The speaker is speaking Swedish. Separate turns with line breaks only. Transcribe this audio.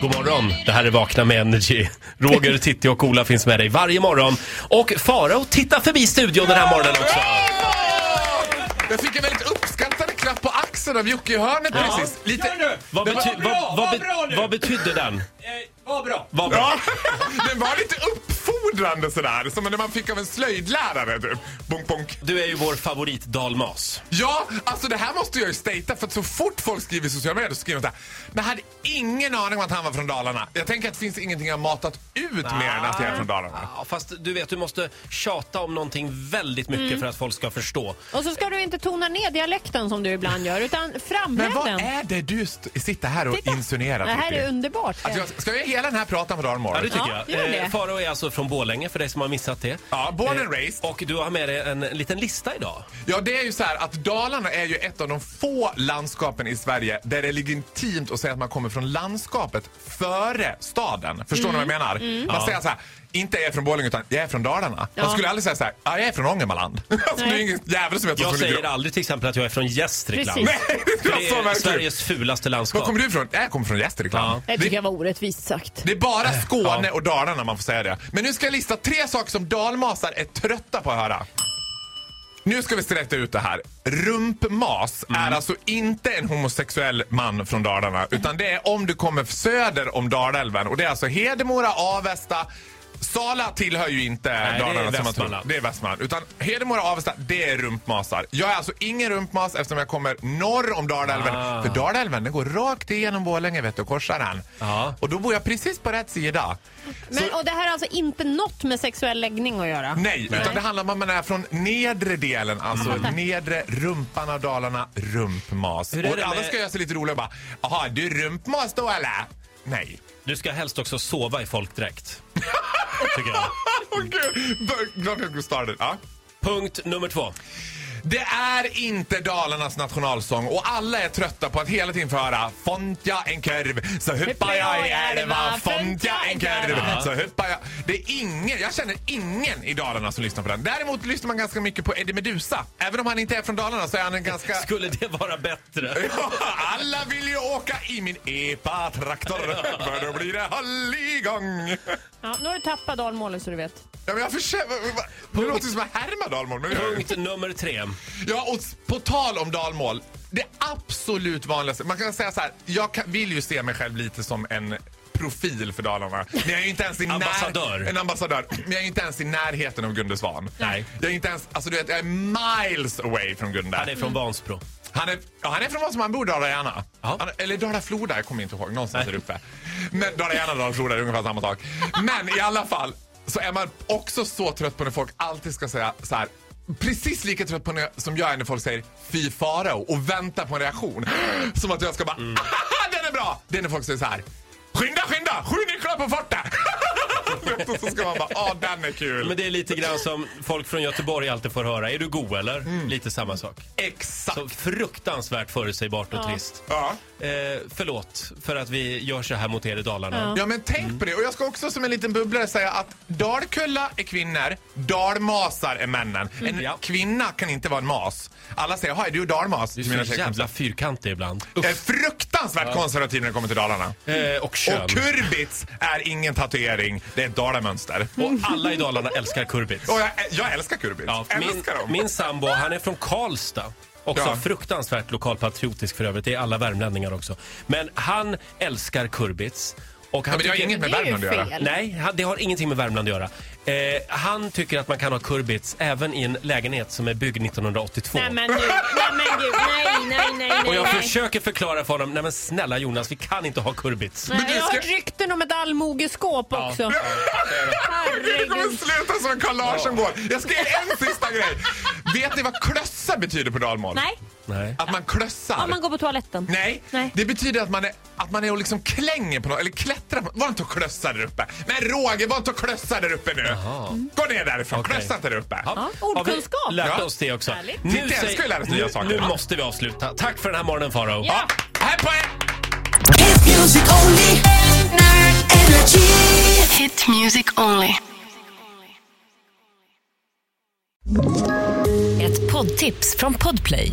God morgon, det här är Vakna med Energy. Roger, Titti och Ola finns med dig varje morgon. Och Farao tittar förbi studion den här morgonen också.
Jag fick en väldigt uppskattande klapp på axeln av Jocke i hörnet precis. Lite...
Vad,
Den var
bety-
bra,
vad, vad,
vad
bet-
bra nu.
vad betydde den?
Eh, Vad bra.
Vad bra.
Den var lite uppfordrande sådär, som när man fick av en slöjdlärare typ. Bonk, bonk.
Du är ju vår favorit dalmas.
Ja, alltså det här måste jag ju statea för att så fort folk skriver i sociala medier så skriver de såhär. Men jag hade ingen aning om att han var från Dalarna. Jag tänker att det finns ingenting jag matat ut mer än att jag är från Dalarna.
Ja, fast du vet, du måste tjata om någonting väldigt mycket för att folk ska förstå.
Och så ska du inte tona ner dialekten som du ibland gör, utan
Men
framhäv
vad
den.
är det du st- sitter här och
Titta.
insinuerar?
Det här
Titti?
är underbart.
Att jag, ska vi göra hela den här pratan på dagen
Ja,
morgon?
det tycker
Ja, gör
jag.
det.
Eh, Farao är alltså från Borlänge för dig som har missat det.
Ja, born and raised.
Och du har med dig en liten lista idag.
Ja, det är ju så här att Dalarna är ju ett av de få landskapen i Sverige där det är legitimt att säga att man kommer från landskapet före staden. Förstår ni
Mm.
vad jag menar? Man säger så här, inte jag är från Borlänge utan jag är från Dalarna. Man
Ja.
skulle aldrig säga så här, "Ja, jag är från Ångermanland. alltså, det är
Nej.
ingen jävel som vet vad
Jag
som ligger
säger
i-
aldrig till exempel att jag är från Gästrikland.
Precis.
Nej, det
För
skulle
det
jag så
är
verkligen.
Sveriges fulaste
Var
landskap.
kommer du ifrån? Jag kommer från Gästrikland.
Det tycker
Det,
jag var orättvist sagt.
det är bara
Eh,
Skåne och Dalarna man får säga det. Men nu ska jag lista tre saker som dalmasar är trötta på att höra. Nu ska vi sträcka ut det här. Rumpmas
Mm.
är alltså inte en homosexuell man från Dalarna. Utan det är om du kommer söder om Dalälven. Och det är alltså Hedemora, Avesta. Sala tillhör ju inte
det är
Dalarna. som man tror.
Västmanland.
Det är Västmanland. Utan Hedemora, Avesta, det är rumpmasar. Jag är alltså ingen rumpmas eftersom jag kommer norr om Dalälven.
Ah.
För Dalälven, den går rakt igenom Borlänge vet du, och korsar den.
Ja.
Och då bor jag precis på rätt sida.
Men, och det här har alltså inte något med sexuell läggning att göra?
Nej, utan det handlar om att man är från nedre delen, alltså nedre rumpan av Dalarna, rumpmas.
Mm. Hur är
Och
det
alla
med-
ska göra sig lite roliga och bara, jaha, du är rumpmas då eller? Nej.
Du ska helst också sova i folkdräkt. Tycker jag.
Åh gud, glöm jag started. Ja.
Punkt nummer två.
Det är inte Dalarnas nationalsång och alla är trötta på att hela tiden få höra Fontja en kurv, så huppar jag i älva Fontja en kurv, så huppar jag Det är ingen, jag känner ingen i Dalarna som lyssnar på den. Däremot lyssnar man ganska mycket på Eddie Meduza. Även om han inte är från Dalarna så är han en ganska...
Skulle det vara bättre?
Ja, Alla vill ju åka i min epa-traktor för då blir det halligång.
Ja, nu har du tappat dalmålet så du vet.
Ja, men jag försöker... Det låter som att härma dalmål. Men det gör jag ju.
Punkt nummer tre.
Ja, och s- på tal om dalmål. Det absolut vanligaste. Man kan säga så här. Jag kan, vill ju se mig själv lite som en profil för Dalarna. Men jag är ju inte ens i när-
Ambassadör.
En ambassadör. Men jag är ju inte ens i närheten av Gunde Svan.
Nej.
Jag är inte ens... Alltså du vet, jag är miles away från Gunde.
Han är från Vansbro.
Han är, ja, han är från vad som han bor, Dala-Järna.
Ja.
Han- Eller Dala-Floda, jag kommer inte ihåg. Någonstans där uppe. Men Dala-Järna och Dala-Floda är ungefär samma sak. Men i alla fall så är man också så trött på när folk alltid ska säga så här. Precis lika trött på när, som jag är när folk säger fy farao och väntar på en reaktion. Som att jag ska bara
Mm.
"Haha, den är bra! Det är när folk säger så här. Skynda, skynda! Sju nycklar på farten! och så ska man bara, ja den är kul.
Men det är lite grann som folk från Göteborg alltid får höra. Är du go eller?
Mm.
Lite samma sak.
Exakt!
Så fruktansvärt förutsägbart och trist.
Ja.
Eh, förlåt för att vi gör så här mot er i Dalarna.
Ja men tänk på det. Och jag ska också som en liten bubblare säga att Dalkulla är kvinnor, dalmasar är männen. En
Mm. Ja.
kvinna kan inte vara en mas. Alla säger, hej du är dalmas.
Du
till
är
mina
så
tjejkompisar.
jävla fyrkantig ibland.
Jag är fruktansvärt konservativ när det kommer till Dalarna.
Eh, och kön.
Och kurbits är ingen tatuering, det är ett dalamönster.
Och alla i Dalarna älskar kurbits.
Och jag, jag älskar kurbits.
Mm. Ja, min,
älskar dem.
min sambo, han är från Karlstad. Också
Ja.
fruktansvärt lokalpatriotisk för övrigt. Det är alla värmlänningar också. Men han älskar kurbits. Och han
Ja, men det har
tycker-
inget med
Det är ju
Värmland att göra.
fel.
Nej, han- det har ingenting med Värmland att göra. Eh, han tycker att man kan ha kurbits även i en lägenhet som är byggd 1982.
Nej men gud, nej men gud, nej, nej, nej, nej.
och jag
nej.
försöker förklara för honom, nej men snälla Jonas, vi kan inte ha kurbits.
Nej,
Men du
jag har
ska-
hört rykten om ett allmogeskåp också.
Det kommer
Herregud.
sluta som en Carl Larsson går. Jag ska ge er en sista grej. Vet ni vad klössa betyder på dalmål?
Nej,
Nej.
Att man klössar.
om man går på toaletten.
Nej.
Nej.
det betyder att man är, att man är och liksom klänger på något, eller klättrar på Var inte och klössa där uppe. Men Roger, var inte och klössa där uppe nu. Gå ner därifrån,
Okej.
klössa inte där uppe.
Ja,
Har vi
ordkunskap.
lärt
Ja.
oss det också.
Härligt.
Titta, jag ska ju lära oss nya
nu,
saker.
nu
Ja.
måste vi avsluta. Tack för den här morgonen Farao.
Ja.
Hej på er!
Hit music only. Energy.
Hit music only.
Ett poddtips från Podplay.